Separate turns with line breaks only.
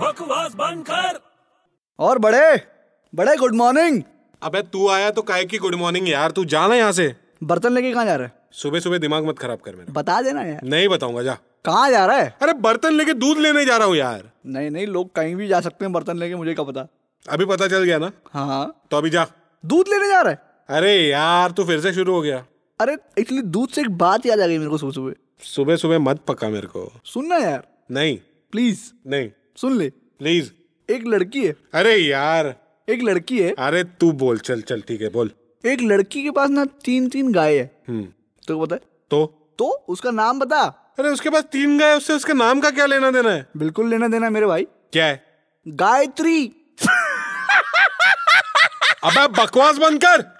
बकवास बंद कर
और बड़े बड़े गुड मॉर्निंग
अबे तू आया तो काय की गुड मॉर्निंग यार तू जाना यहाँ से
बर्तन लेके कहाँ जा रहा है
सुबह सुबह दिमाग मत खराब कर मेरा
बता देना यार
नहीं बताऊंगा जा
कहाँ जा रहा है
अरे बर्तन लेके दूध लेने जा रहा हूँ यार
नहीं नहीं लोग कहीं भी जा सकते हैं बर्तन लेके मुझे क्या पता
अभी पता चल गया ना
हाँ
तो अभी जा
दूध लेने जा रहा है
अरे यार तू फिर से शुरू हो गया
अरे एक्चुअली दूध से एक बात याद आ गई मेरे को सुबह सुबह
सुबह सुबह मत पका मेरे को
सुनना यार
नहीं
प्लीज
नहीं
सुन ले
प्लीज
एक लड़की है
अरे यार
एक लड़की है
अरे तू बोल चल चल ठीक है बोल
एक लड़की के पास ना तीन तीन गाय है
हम्म
तो पता है
तो
तो उसका नाम बता
अरे उसके पास तीन गाय उससे उसके नाम का क्या लेना देना है
बिल्कुल लेना देना मेरे भाई
क्या है
गायत्री
अबे बकवास बंद कर